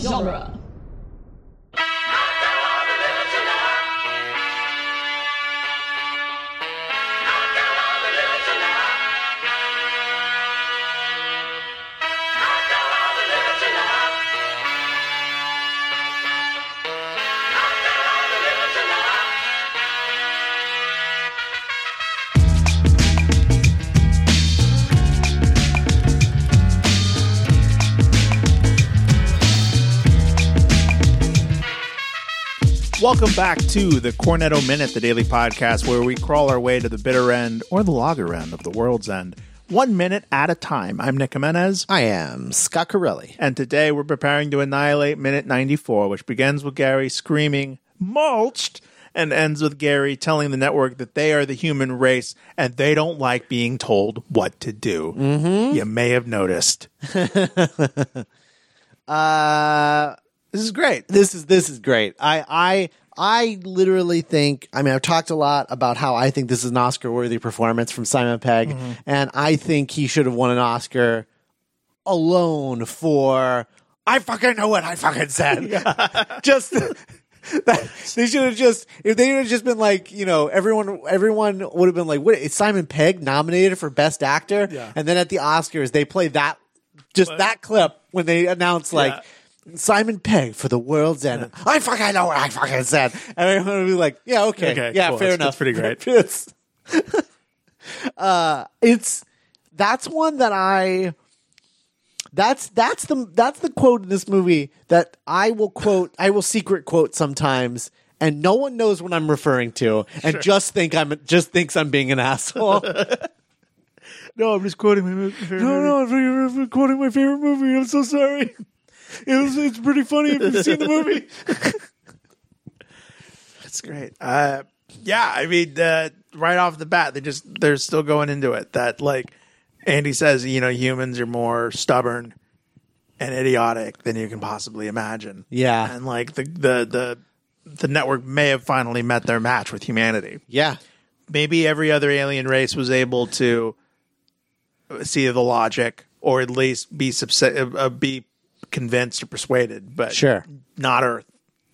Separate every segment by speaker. Speaker 1: genre.
Speaker 2: Welcome back to the Cornetto Minute, the daily podcast where we crawl our way to the bitter end or the logger end of the world's end, one minute at a time. I'm Nick Jimenez,
Speaker 3: I am Scott Corelli.
Speaker 2: and today we're preparing to annihilate minute 94, which begins with Gary screaming, mulched, and ends with Gary telling the network that they are the human race and they don't like being told what to do.
Speaker 3: Mm-hmm.
Speaker 2: You may have noticed.
Speaker 3: Uh,
Speaker 2: This is great.
Speaker 3: this is this is great. I I I literally think. I mean, I've talked a lot about how I think this is an Oscar-worthy performance from Simon Pegg, and I think he should have won an Oscar alone for. I fucking know what I fucking said. just. that- they should have just if they would have just been like you know everyone everyone would have been like what is Simon Pegg nominated for best actor
Speaker 2: Yeah.
Speaker 3: and then at the Oscars they play that just that clip when they announce like Simon Pegg for the world's end. I fucking know what I fucking said. And everyone would be like, yeah, okay.
Speaker 2: Okay,
Speaker 3: yeah,
Speaker 2: cool.
Speaker 3: fair
Speaker 2: That's-
Speaker 3: enough.
Speaker 2: that's pretty great.
Speaker 3: it's, uh, it's that's one that I that's that's the that's the quote in this movie that I will quote I will secret quote sometimes and no one knows what I'm referring to and just think I'm just thinks I'm being an asshole.
Speaker 2: No, I'm just quoting my
Speaker 3: no, no, I'm quoting my favorite movie. I'm so sorry. It was, it's pretty funny if you've seen the movie.
Speaker 2: That's great. Uh, yeah, I mean, uh, right off the bat, they just they're still going into it. That like Andy says, you know, humans are more stubborn and idiotic than you can possibly imagine.
Speaker 3: Yeah.
Speaker 2: and like the the the the network may have finally met their match with humanity.
Speaker 3: Yeah.
Speaker 2: Maybe every other alien race was able to see the logic, or at least be subse- uh, be convinced or persuaded. But
Speaker 3: Sure.
Speaker 2: not Earth.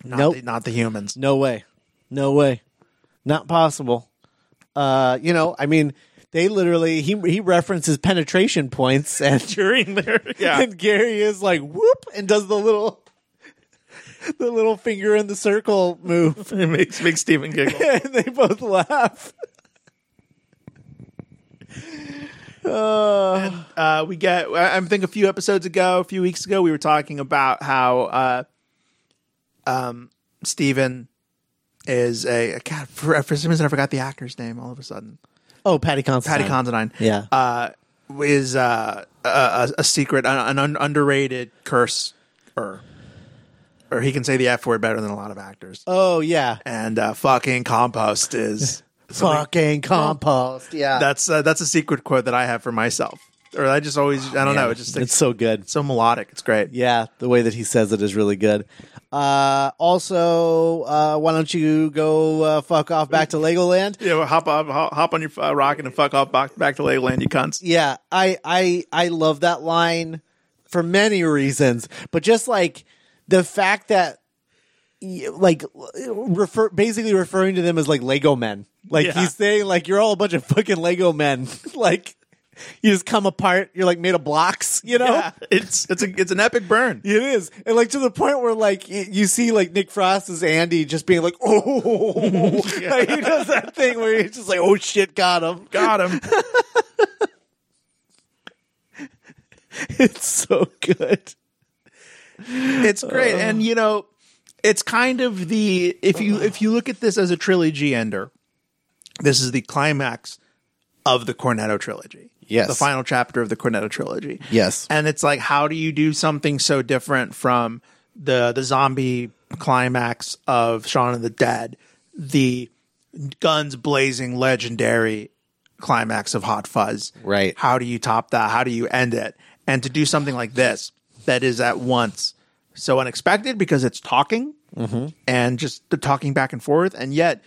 Speaker 2: Not
Speaker 3: Nope.
Speaker 2: the, not the humans.
Speaker 3: No way. No way. Not possible. Uh, you know, I mean, they literally he he references penetration points and during there
Speaker 2: Yeah.
Speaker 3: and Gary is like whoop and does the little the little finger in the circle move
Speaker 2: It makes makes Stephen giggle.
Speaker 3: and they both laugh. Uh,
Speaker 2: uh, we get I I think a few episodes ago, a few weeks ago, we were talking about how uh, um, Steven is a God for, for some reason I forgot the actor's name all of a sudden.
Speaker 3: oh, Patty Constantine.
Speaker 2: Patty Considine,
Speaker 3: Yeah.
Speaker 2: uh, is uh, a, a, a secret, an, an underrated curse, or or he can say the f word better than a lot of actors.
Speaker 3: oh yeah.
Speaker 2: And uh, fucking compost is
Speaker 3: Fucking compost. Yeah.
Speaker 2: that's uh, that's a secret quote that I have for myself, or I just always I don't know. It just
Speaker 3: it's so good.
Speaker 2: so melodic. It's great.
Speaker 3: Yeah, the way that he says it is really good. Uh, also, uh, why don't you go uh, fuck off back to Legoland?
Speaker 2: Yeah, well, hop, hop, hop hop on your uh, rocket and fuck off back, back to Legoland, you cunts.
Speaker 3: Yeah, I I I love that line for many reasons, but just like the fact that y- like refer basically referring to them as like Lego men. Like
Speaker 2: Yeah.
Speaker 3: he's saying like you're all a bunch of fucking Lego men. like you just come apart. You're like made of blocks, you know?
Speaker 2: Yeah, it's it's a it's an epic burn.
Speaker 3: It is, and like to the point where like y- you see like Nick Frost as Andy just being like, oh, like, he does that thing where he's just like, oh shit, got him.
Speaker 2: Got him.
Speaker 3: It's so good. Uh.
Speaker 2: It's great, and you know, it's kind of the if you if you look at this as a trilogy ender, this is the climax of the Cornetto trilogy.
Speaker 3: Yes.
Speaker 2: the final chapter of the Cornetto trilogy.
Speaker 3: Yes.
Speaker 2: and it's like, how do you do something so different from the the zombie climax of Shaun of the Dead, the guns blazing legendary climax of Hot Fuzz?
Speaker 3: Right.
Speaker 2: How do you top that? How do you end it? And to do something like this that is at once so unexpected because it's talking
Speaker 3: Mm-hmm.
Speaker 2: and just the talking back and forth, and yet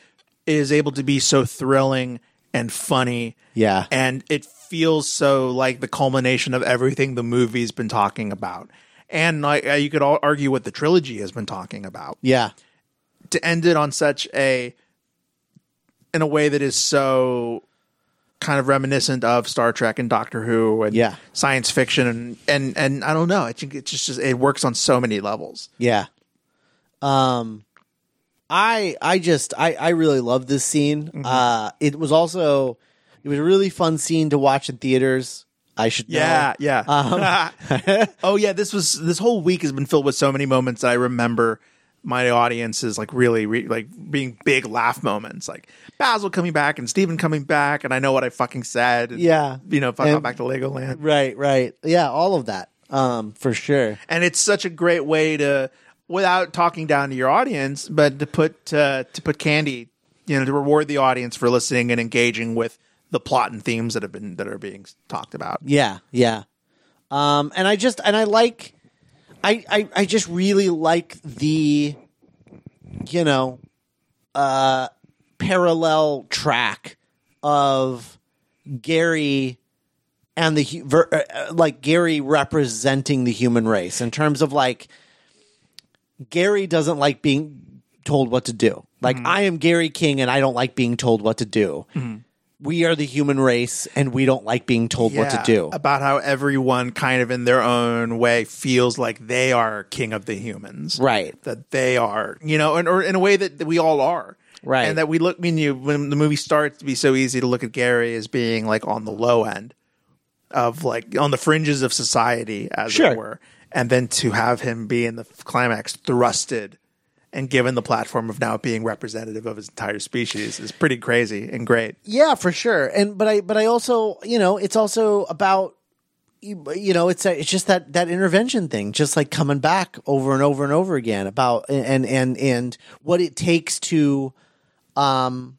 Speaker 2: it is able to be so thrilling and funny.
Speaker 3: Yeah.
Speaker 2: And it feels so like the culmination of everything the movie's been talking about. and like, uh, you could all argue what the trilogy has been talking about
Speaker 3: Yeah.
Speaker 2: to end it on such a in a way that is so kind of reminiscent of Star Trek and Doctor Who and
Speaker 3: Yeah.
Speaker 2: science fiction and and and I don't know. I think it just, just it works on so many levels.
Speaker 3: Yeah. Um I I just I I really love this scene. Uh it was also it was a really fun scene to watch in theaters. I should know.
Speaker 2: Yeah, yeah. oh yeah, this was this whole week has been filled with so many moments that I remember my audiences like really re- like being big laugh moments, like Basil coming back and Steven coming back, and I know what I fucking said. and,
Speaker 3: Yeah.
Speaker 2: you know, if I got
Speaker 3: And-
Speaker 2: back to Legoland,
Speaker 3: Right, right. Yeah, all of that. Um for sure.
Speaker 2: and it's such a great way to without talking down to your audience but to put uh, to put candy you know to reward the audience for listening and engaging with the plot and themes that have been that are being talked about
Speaker 3: Yeah, yeah. Um, and I just and I like, I I, I just really like the, you know, uh, parallel track of Gary and the hu- ver, uh, uh, like Gary representing the human race in terms of like Gary doesn't like being told what to do. Like I am Gary King and I don't like being told what to do. We are the human race and we don't like being told what to
Speaker 2: Yeah,
Speaker 3: do.
Speaker 2: about how everyone kind of in their own way feels like they are king of the humans
Speaker 3: Right.
Speaker 2: that they are you know and or in a way that, that we all are
Speaker 3: Right.
Speaker 2: and that we look when you when the movie starts to be so easy to look at gary as being like on the low end of like on the fringes of society as
Speaker 3: Sure.
Speaker 2: it were and then to have him be in the climax thrusted and given the platform of now being representative of his entire species is pretty crazy and great
Speaker 3: Yeah, for sure. And but I but I also you know it's also about you you know it's a, it's just that that intervention thing, just like coming back over and over and over again about and and and what it takes to um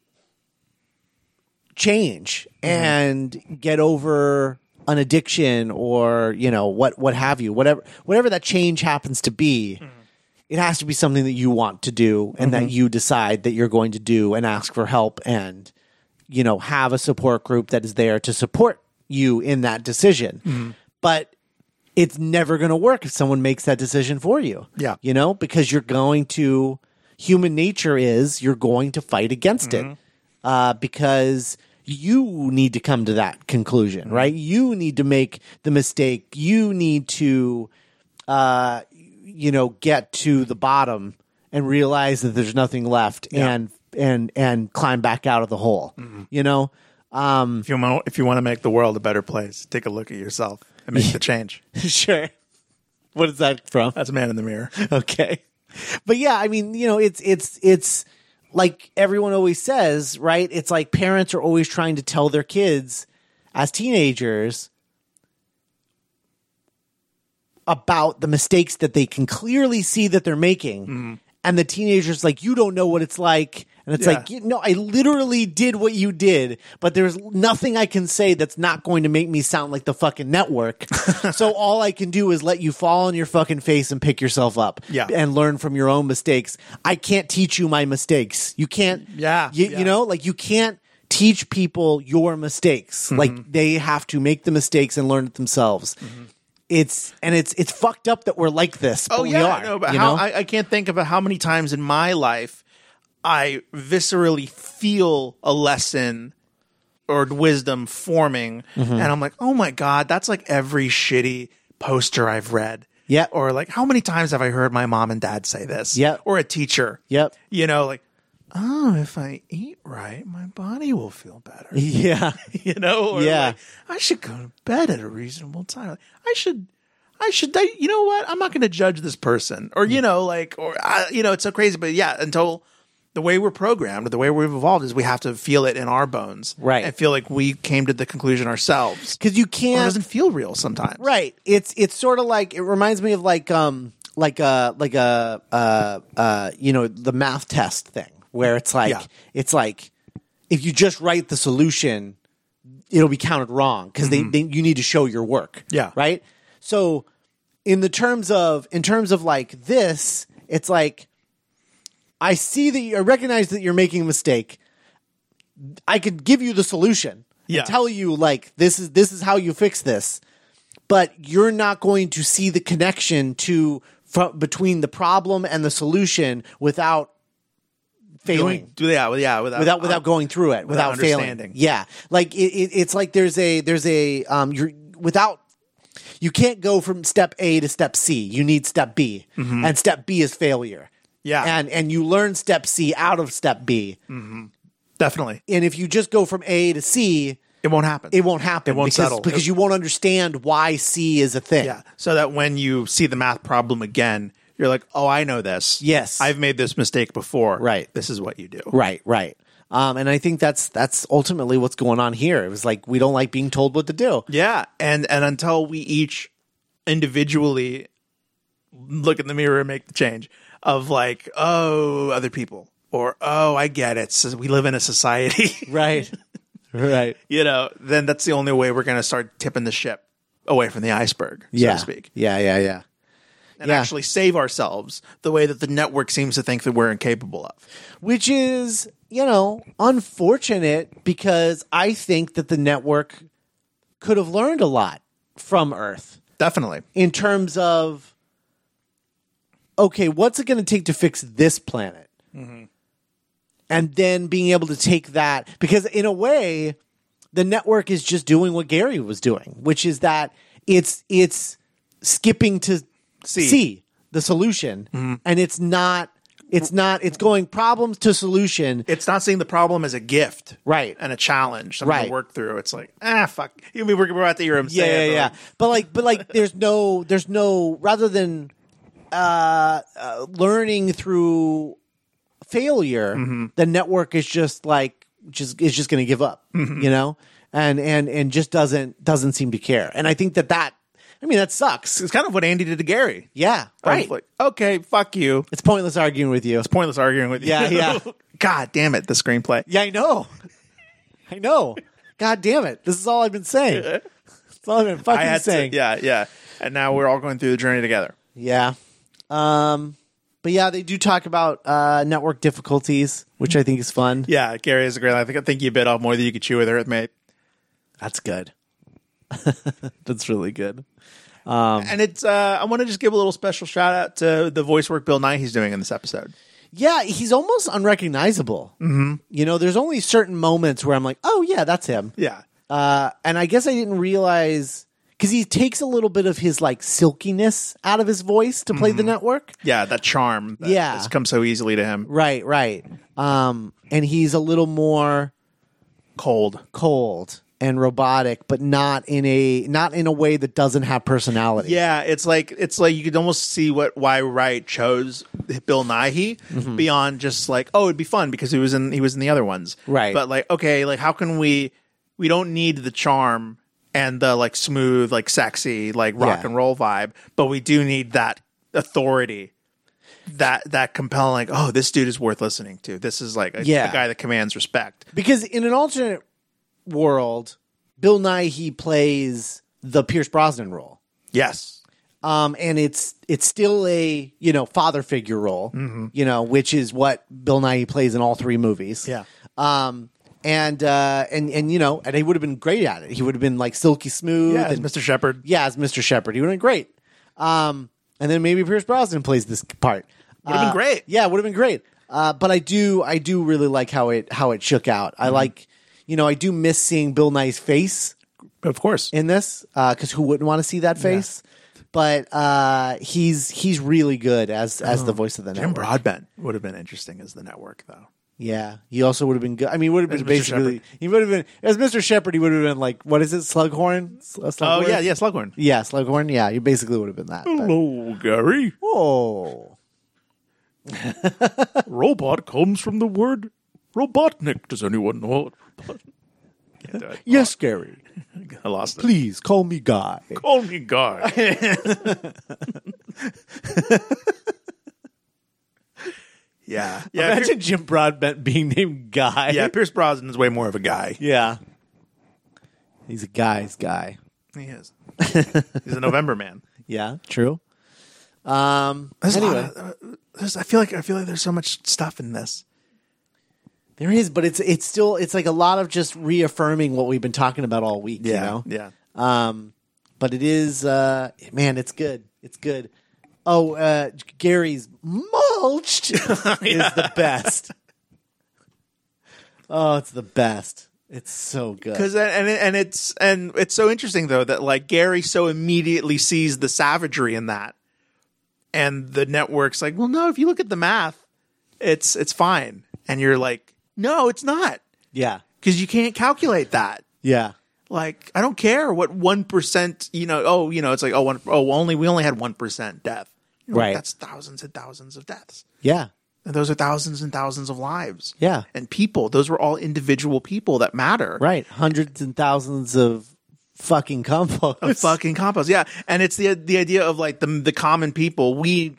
Speaker 3: change and get over an addiction or you know what what have you whatever whatever that change happens to be it has to be something that you want to do and that you decide that you're going to do and ask for help and you know have a support group that is there to support you in that decision but it's never going to work if someone makes that decision for you
Speaker 2: Yeah.
Speaker 3: you know because you're going to human nature is you're going to fight against it uh, because you need to come to that conclusion right you need to make the mistake you need to uh, you know get to the bottom and realize that there's nothing left and and and climb back out of the hole you know um
Speaker 2: if you want if you want to make the world a better place take a look at yourself and make the change
Speaker 3: sure what is that from
Speaker 2: that's a man in the mirror
Speaker 3: okay but yeah i mean you know it's it's it's like everyone always says right it's like parents are always trying to tell their kids as teenagers about the mistakes that they can clearly see that they're making and the teenagers like you don't know what it's like and it's
Speaker 2: Yeah.
Speaker 3: like you no i literally did what you did but there's nothing i can say that's not going to make me sound like the fucking network so all i can do is let you fall on your fucking face and pick yourself up
Speaker 2: Yeah.
Speaker 3: and learn from your own mistakes i can't teach you my mistakes you can't
Speaker 2: Yeah,
Speaker 3: you,
Speaker 2: yeah.
Speaker 3: you know like you can't teach people your mistakes
Speaker 2: Mm-hmm.
Speaker 3: like they have to make the mistakes and learn it themselves it's and it's it's fucked up that we're like this but
Speaker 2: Mm-hmm. Oh yeah,
Speaker 3: we are
Speaker 2: no, but
Speaker 3: you
Speaker 2: how
Speaker 3: know?
Speaker 2: I, I can't think of how many times in my life I viscerally feel a lesson or wisdom forming, and I'm like, oh my god, that's like every shitty poster I've read.
Speaker 3: Yeah.
Speaker 2: Or like, how many times have I heard my mom and dad say this?
Speaker 3: Yeah.
Speaker 2: Or a teacher.
Speaker 3: Yep.
Speaker 2: You know, like, oh, if I eat right, my body will feel better
Speaker 3: yeah
Speaker 2: you know or
Speaker 3: Yeah.
Speaker 2: like, i should go to bed at a reasonable time i should i should I, you know what i'm not going to judge this person or
Speaker 3: Mm.
Speaker 2: you know like or I, you know it's so crazy but yeah until the way we're programmed the way we've evolved is we have to feel it in our bones
Speaker 3: Right.
Speaker 2: and feel like we came to the conclusion ourselves
Speaker 3: because you
Speaker 2: it
Speaker 3: can't
Speaker 2: doesn't feel real sometimes
Speaker 3: right it's it's sort of like it reminds me of like um like a like a uh uh you know the math test thing where it's like
Speaker 2: Yeah.
Speaker 3: it's like if you just write the solution it'll be counted wrong because they, they you need to show your work
Speaker 2: Mm-hmm. Yeah.
Speaker 3: right so in the terms of in terms of like this it's like i see that you I recognize that you're making a mistake i could give you the solution and
Speaker 2: Yeah.
Speaker 3: tell you like this is this is how you fix this but you're not going to see the connection to from, between the problem and the solution without failing
Speaker 2: Doing, do yeah, well, yeah, without
Speaker 3: without without going through it without,
Speaker 2: Uh, without
Speaker 3: failing
Speaker 2: understanding.
Speaker 3: yeah like it, it, it's like there's a there's a um you're without you can't go from step a to step c you need step b and step b is failure
Speaker 2: Mm-hmm. Yeah. Mm.
Speaker 3: and and you learn step c out of step b
Speaker 2: definitely
Speaker 3: and if you just go from a to c
Speaker 2: it won't happen.
Speaker 3: it won't happen
Speaker 2: It won't
Speaker 3: because,
Speaker 2: settle.
Speaker 3: because you won't understand why c is a thing
Speaker 2: Yeah. So that when you see the math problem again, you're like, oh, I know this.
Speaker 3: Yes.
Speaker 2: I've made this mistake before.
Speaker 3: Right.
Speaker 2: This is what you do.
Speaker 3: right right um, and I think that's that's ultimately what's going on here. It was like we don't like being told what to do.
Speaker 2: Yeah. And and until we each individually look in the mirror and make the change of like, oh, other people. Or oh, I get it. So we live in a society,
Speaker 3: Right. right.
Speaker 2: you know. Then that's the only way we're going to start tipping the ship away from the iceberg,
Speaker 3: yeah.
Speaker 2: so to speak,
Speaker 3: Yeah, yeah, yeah.
Speaker 2: and
Speaker 3: Yeah.
Speaker 2: actually save ourselves the way that the network seems to think that we're incapable of.
Speaker 3: Which is, you know, unfortunate because I think that the network could have learned a lot from Earth
Speaker 2: Definitely.
Speaker 3: in terms of okay, what's it going to take to fix this planet? And then being able to take that because in a way the network is just doing what Gary was doing, which is that it's it's skipping to
Speaker 2: C.
Speaker 3: C, the solution and it's not it's not it's going problems to solution
Speaker 2: it's not seeing the problem as a gift,
Speaker 3: Right.
Speaker 2: and a challenge, something
Speaker 3: Right.
Speaker 2: to work through. It's like ah, fuck. You mean we're we're about to hear him
Speaker 3: yeah,
Speaker 2: say it?
Speaker 3: yeah, yeah.
Speaker 2: but
Speaker 3: But like, but like, there's no, there's no. Rather than uh, uh learning through failure,
Speaker 2: Mm-hmm.
Speaker 3: the network is just like just is just going to give up,
Speaker 2: Mm-hmm.
Speaker 3: you know, and and and just doesn't doesn't seem to care. And I think that that, I mean, that sucks.
Speaker 2: It's kind of what Andy did to Gary.
Speaker 3: Yeah, right.
Speaker 2: Of Like, okay, fuck you.
Speaker 3: It's pointless arguing with you.
Speaker 2: Pointless arguing with you.
Speaker 3: Yeah, yeah.
Speaker 2: God damn it, the screenplay.
Speaker 3: Yeah, I know. I know. God damn it! This is all I've been saying. That's all I've been fucking
Speaker 2: I had
Speaker 3: saying.
Speaker 2: to. Yeah, yeah. And now we're all going through the journey together.
Speaker 3: Yeah. Um, but yeah, they do talk about uh, network difficulties, which I think is fun.
Speaker 2: Yeah, Gary is a great. I think I think you bit off more than you could chew with Earth, mate.
Speaker 3: That's good. That's really good. Um.
Speaker 2: And it's uh, I want to just give a little special shout out to the voice work Bill Nye he's doing in this episode.
Speaker 3: Yeah, he's almost unrecognizable. Mm-hmm. You know, there's only certain moments where I'm like, oh, yeah, that's him.
Speaker 2: Yeah,
Speaker 3: Uh, and I guess I didn't realize because he takes a little bit of his like silkiness out of his voice to play the network.
Speaker 2: yeah. That charm. That
Speaker 3: Yeah.
Speaker 2: has come so easily to him.
Speaker 3: Right, right. Um, and he's a little more
Speaker 2: Cold.
Speaker 3: cold and robotic, but not in a not in a way that doesn't have personality.
Speaker 2: Yeah, it's like it's like you could almost see what why Wright chose Bill Nighy
Speaker 3: Mm-hmm.
Speaker 2: beyond just like oh it'd be fun because he was in he was in the other ones
Speaker 3: Right.
Speaker 2: But like okay, like how can we we don't need the charm and the like smooth like sexy like rock
Speaker 3: Yeah.
Speaker 2: and roll vibe, but we do need that authority. That that compelling. Oh, this dude is worth listening to. This is like a, a
Speaker 3: Yeah.
Speaker 2: guy that commands respect.
Speaker 3: Because in an alternate world, Bill Nighy plays the Pierce Brosnan role.
Speaker 2: Yes,
Speaker 3: Um, and it's it's still a you know father figure role,
Speaker 2: Mm-hmm.
Speaker 3: you know, which is what Bill Nighy plays in all three movies.
Speaker 2: Yeah.
Speaker 3: Um, and uh, and and you know, and he would have been great at it. He would have been like silky smooth.
Speaker 2: yeah, it's
Speaker 3: and,
Speaker 2: Mr. Shepard.
Speaker 3: yeah, as Mr. Shepard, he would have been great. Um, and then maybe Pierce Brosnan plays this part.
Speaker 2: Would have been
Speaker 3: Uh,
Speaker 2: great.
Speaker 3: Yeah, would have been great. Uh, but I do, I do really like how it how it shook out.
Speaker 2: Mm-hmm.
Speaker 3: I like, you know, I do miss seeing Bill Nye's face
Speaker 2: Of course,
Speaker 3: in this because who wouldn't want to see that face? But uh, he's he's really good as as the voice of the
Speaker 2: Jim
Speaker 3: network.
Speaker 2: Broadbent would have been interesting as the network though.
Speaker 3: Yeah, he also would have been good. I mean, would have been
Speaker 2: Mr.
Speaker 3: basically he would have been as Mr. Shepard. He would have been like what is it, Slughorn? Sl-
Speaker 2: Oh
Speaker 3: Slughorn?
Speaker 2: yeah, yeah, Slughorn.
Speaker 3: yeah, Slughorn. Yeah, he basically would have been that. but-
Speaker 2: Hello, Gary.
Speaker 3: Oh.
Speaker 2: Robot comes from the word Robotnik. Does anyone know what? Robot- Can't do it.
Speaker 3: Yes, Gary.
Speaker 2: I lost it.
Speaker 3: Please call me Guy.
Speaker 2: Call me Guy. yeah, yeah. Pier-
Speaker 3: Imagine Jim Broadbent being named Guy.
Speaker 2: yeah, Pierce Brosnan is way more of a guy.
Speaker 3: Yeah. He's a guy's guy.
Speaker 2: He is. He's a November man.
Speaker 3: Yeah, true. Um
Speaker 2: There's a lot
Speaker 3: anyway,
Speaker 2: of- uh, there's- I feel like I feel like there's so much stuff in this.
Speaker 3: there is, but it's it's still it's like a lot of just reaffirming what we've been talking about all week, you know?
Speaker 2: yeah.
Speaker 3: Um but it is uh, man, it's good. It's good. Oh, uh, Gary's mulched is the best. Oh, it's the best. It's so good.
Speaker 2: Because and it- and it's and it's so interesting though that like Gary so immediately sees the savagery in that, and the network's like, well, no, if you look at the math, it's it's fine, and you're like, no, it's not,
Speaker 3: Yeah,
Speaker 2: because you can't calculate that.
Speaker 3: yeah,
Speaker 2: Like, I don't care what one percent, you know. Oh, you know, it's like oh, one, oh, only we only had one percent death. You know,
Speaker 3: Right.
Speaker 2: that's thousands and thousands of deaths.
Speaker 3: yeah,
Speaker 2: And those are thousands and thousands of lives.
Speaker 3: Yeah.
Speaker 2: And people. Those were all individual people that matter.
Speaker 3: right. Hundreds and thousands of fucking compost.
Speaker 2: fucking compost. Yeah, and it's the the idea of like the the common people. We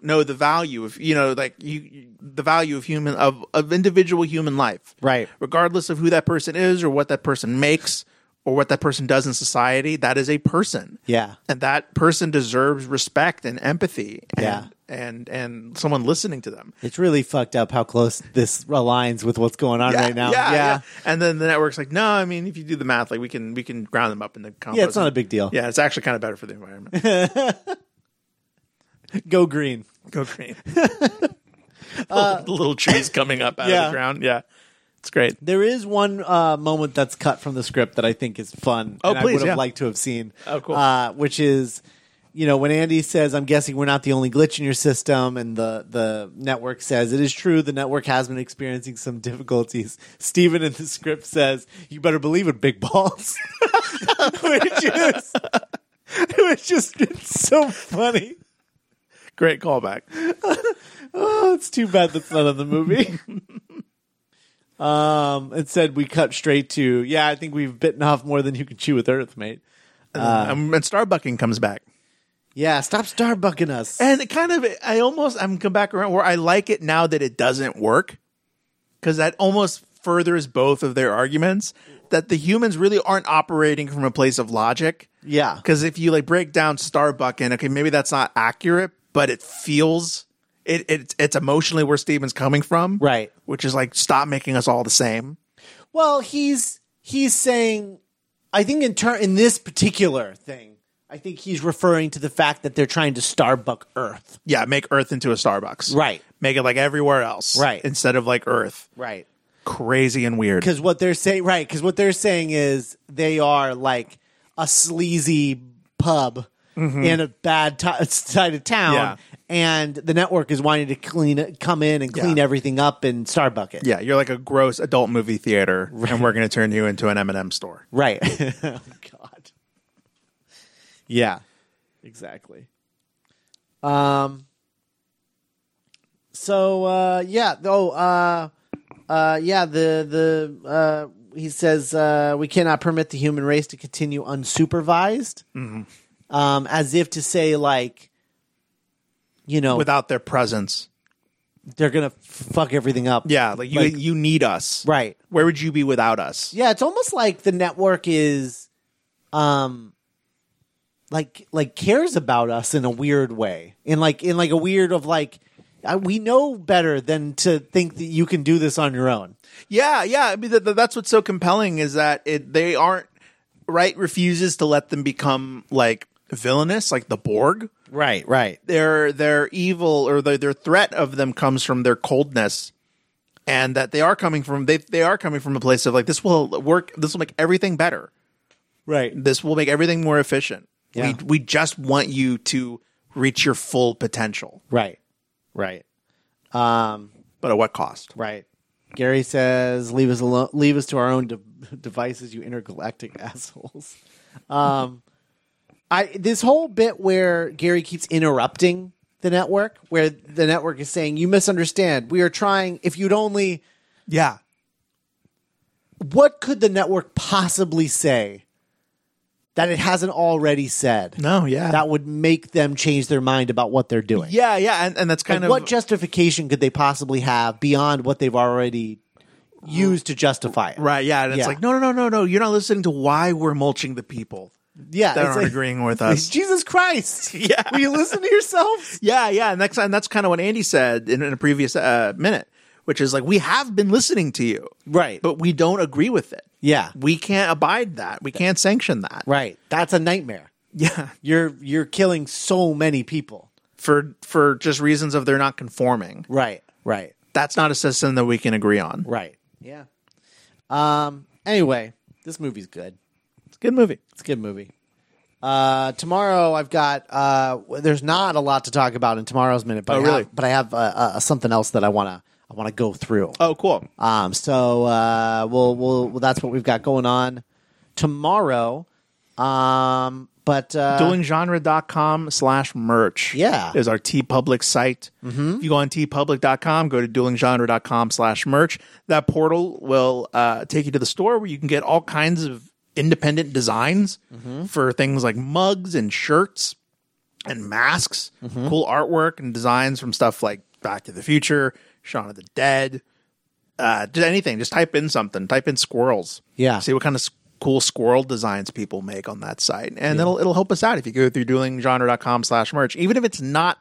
Speaker 2: know the value of you know like you- you the value of human of of individual human life,
Speaker 3: Right.
Speaker 2: Regardless of who that person is or what that person makes or what that person does in society, that is a person.
Speaker 3: Yeah.
Speaker 2: and that person deserves respect and empathy. And,
Speaker 3: Yeah.
Speaker 2: and and someone listening to them.
Speaker 3: It's really fucked up how close this aligns with what's going on right now.
Speaker 2: yeah, And then the network's like, no, I mean, if you do the math, like we can we can ground them up in the compost.
Speaker 3: Yeah, it's not a big deal.
Speaker 2: Yeah, it's actually kind of better for the environment.
Speaker 3: Go green.
Speaker 2: Go green. little, little trees coming up out
Speaker 3: Yeah.
Speaker 2: of the ground. Yeah. It's great.
Speaker 3: There is one uh, moment that's cut from the script that I think is fun.
Speaker 2: Oh,
Speaker 3: and I
Speaker 2: please,
Speaker 3: would have
Speaker 2: yeah.
Speaker 3: liked to have seen.
Speaker 2: Oh, cool.
Speaker 3: Uh, which is, you know, when Andy says, "I'm guessing we're not the only glitch in your system," and the the network says, "It is true, the network has been experiencing some difficulties." Steven in the script says, "You better believe it, big balls," which is, which just it's so funny.
Speaker 2: Great callback.
Speaker 3: Oh, it's too bad that's not on the movie. um, instead, we cut straight to yeah. I think we've bitten off more than you can chew with Earth, mate.
Speaker 2: um, and Starbucking comes back.
Speaker 3: Yeah, stop starbucking us.
Speaker 2: And it kind of, I almost, I'm come back around where I like it now that it doesn't work because that almost furthers both of their arguments that the humans really aren't operating from a place of logic.
Speaker 3: Yeah,
Speaker 2: Because if you like break down Starbucking, okay, maybe that's not accurate, but it feels it, it it's emotionally where Steven's coming from,
Speaker 3: Right.
Speaker 2: Which is like stop making us all the same.
Speaker 3: Well, he's he's saying, I think in turn in this particular thing, I think he's referring to the fact that they're trying to starbuck Earth.
Speaker 2: Yeah, make Earth into a Starbucks,
Speaker 3: Right.
Speaker 2: Make it like everywhere else,
Speaker 3: Right.
Speaker 2: Instead of like Earth,
Speaker 3: Right.
Speaker 2: crazy and weird.
Speaker 3: because what they're saying, right? Because what they're saying is they are like a sleazy pub in a bad to- side of town,
Speaker 2: Mm-hmm. Yeah.
Speaker 3: and the network is wanting to clean, it- come in and clean
Speaker 2: Yeah.
Speaker 3: everything up and Starbuck it,
Speaker 2: Yeah, you're like a gross adult movie theater, and we're going to turn you into an M&M store.
Speaker 3: right? oh, God, yeah, exactly. Um. So uh, yeah, oh uh, uh, yeah, the the uh, he says uh, we cannot permit the human race to continue unsupervised,
Speaker 2: Mm-hmm.
Speaker 3: um, as if to say like, you know,
Speaker 2: Without their presence,
Speaker 3: they're gonna fuck everything up.
Speaker 2: yeah, like you you need us,
Speaker 3: right.
Speaker 2: Where would you be without us?
Speaker 3: Yeah, it's almost like the network is, um, like like cares about us in a weird way, in like in like a weird of like, I, we know better than to think that you can do this on your own.
Speaker 2: Yeah, yeah. I mean, th- th- that's what's so compelling is that it they aren't right refuses to let them become like villainous, like the Borg.
Speaker 3: Right, right.
Speaker 2: Their their evil or their, their threat of them comes from their coldness, and that they are coming from they they are coming from a place of like this will work. This will make everything better.
Speaker 3: Right.
Speaker 2: This will make everything more efficient.
Speaker 3: Yeah.
Speaker 2: We we just want you to reach your full potential,
Speaker 3: Right. Right. Um,
Speaker 2: but at what cost?
Speaker 3: right. Gary says, "Leave us alone. Leave us to our own de- devices, you intergalactic assholes." Um, I this whole bit where Gary keeps interrupting the network, where the network is saying, "You misunderstand. We are trying. If you'd only,
Speaker 2: Yeah,
Speaker 3: what could the network possibly say that it hasn't already said?
Speaker 2: no, yeah,
Speaker 3: That would make them change their mind about what they're doing."
Speaker 2: yeah, yeah, and, and that's kind of
Speaker 3: what justification could they possibly have beyond what they've already used to justify it?
Speaker 2: Right. Yeah. And it's
Speaker 3: Yeah.
Speaker 2: like, no, no, no, no, no. You're not listening to why we're mulching the people
Speaker 3: Yeah,
Speaker 2: that
Speaker 3: it's
Speaker 2: aren't
Speaker 3: like-
Speaker 2: agreeing with us.
Speaker 3: Jesus Christ!
Speaker 2: Yeah.
Speaker 3: will you listen to yourself?
Speaker 2: yeah. Yeah. And that's, and that's kind of what Andy said in, in a previous uh, minute, which is like, we have been listening to you,
Speaker 3: Right,
Speaker 2: but we don't agree with it.
Speaker 3: yeah,
Speaker 2: We can't abide that. We can't sanction that.
Speaker 3: right. That's a nightmare.
Speaker 2: Yeah.
Speaker 3: You're you're killing so many people.
Speaker 2: For for just reasons of they're not conforming.
Speaker 3: Right. Right.
Speaker 2: That's not a system that we can agree on.
Speaker 3: Right. Yeah. Um anyway, this movie's good.
Speaker 2: It's a good movie.
Speaker 3: It's a good movie. Uh, tomorrow I've got uh, w- there's not a lot to talk about in tomorrow's minute, but
Speaker 2: Oh,
Speaker 3: I
Speaker 2: really?
Speaker 3: have, but I have uh, uh, something else that I wanna I wanna go through.
Speaker 2: Oh, cool.
Speaker 3: Um, so uh, we'll, we'll well that's what we've got going on tomorrow. Um, but uh,
Speaker 2: duelinggenre.com slash merch
Speaker 3: Yeah. Mm-hmm.
Speaker 2: is our t public site if you go on tpublic.com go to duelinggenre.com slash merch that portal will uh, take you to the store where you can get all kinds of independent designs
Speaker 3: Mm-hmm.
Speaker 2: for things like mugs and shirts and masks cool artwork and designs from stuff like back to the future shaun of the dead uh, just anything just type in something type in squirrels
Speaker 3: Yeah.
Speaker 2: see what kind of s- cool squirrel designs people make on that site and it'll it'll help us out if you go through duelinggenre.com slash merch even if it's not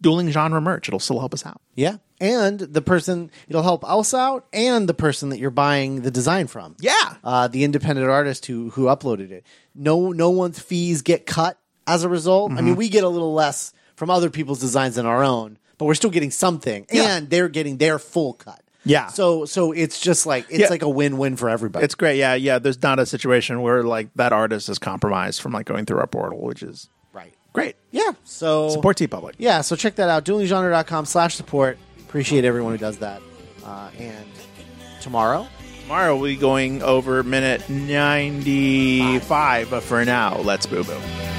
Speaker 2: dueling genre merch it'll still help us out
Speaker 3: yeah, and the person it'll help us out, and the person that you're buying the design from.
Speaker 2: Yeah.
Speaker 3: uh, the independent artist who who uploaded it. No, no one's fees get cut as a result.
Speaker 2: Mm-hmm.
Speaker 3: I mean, we get a little less from other people's designs than our own, but we're still getting something,
Speaker 2: Yeah.
Speaker 3: and they're getting their full cut.
Speaker 2: Yeah.
Speaker 3: So so it's just like it's
Speaker 2: Yeah.
Speaker 3: like a win win for everybody.
Speaker 2: it's great yeah yeah there's not a situation where like that artist is compromised from like going through our portal which is
Speaker 3: right.
Speaker 2: great
Speaker 3: Yeah. So
Speaker 2: support t public
Speaker 3: yeah, so check that out. Duelinggenre.com slash support. Appreciate everyone who does that. Uh, and tomorrow,
Speaker 2: tomorrow we'll be going over minute 95 but for now let's boo boo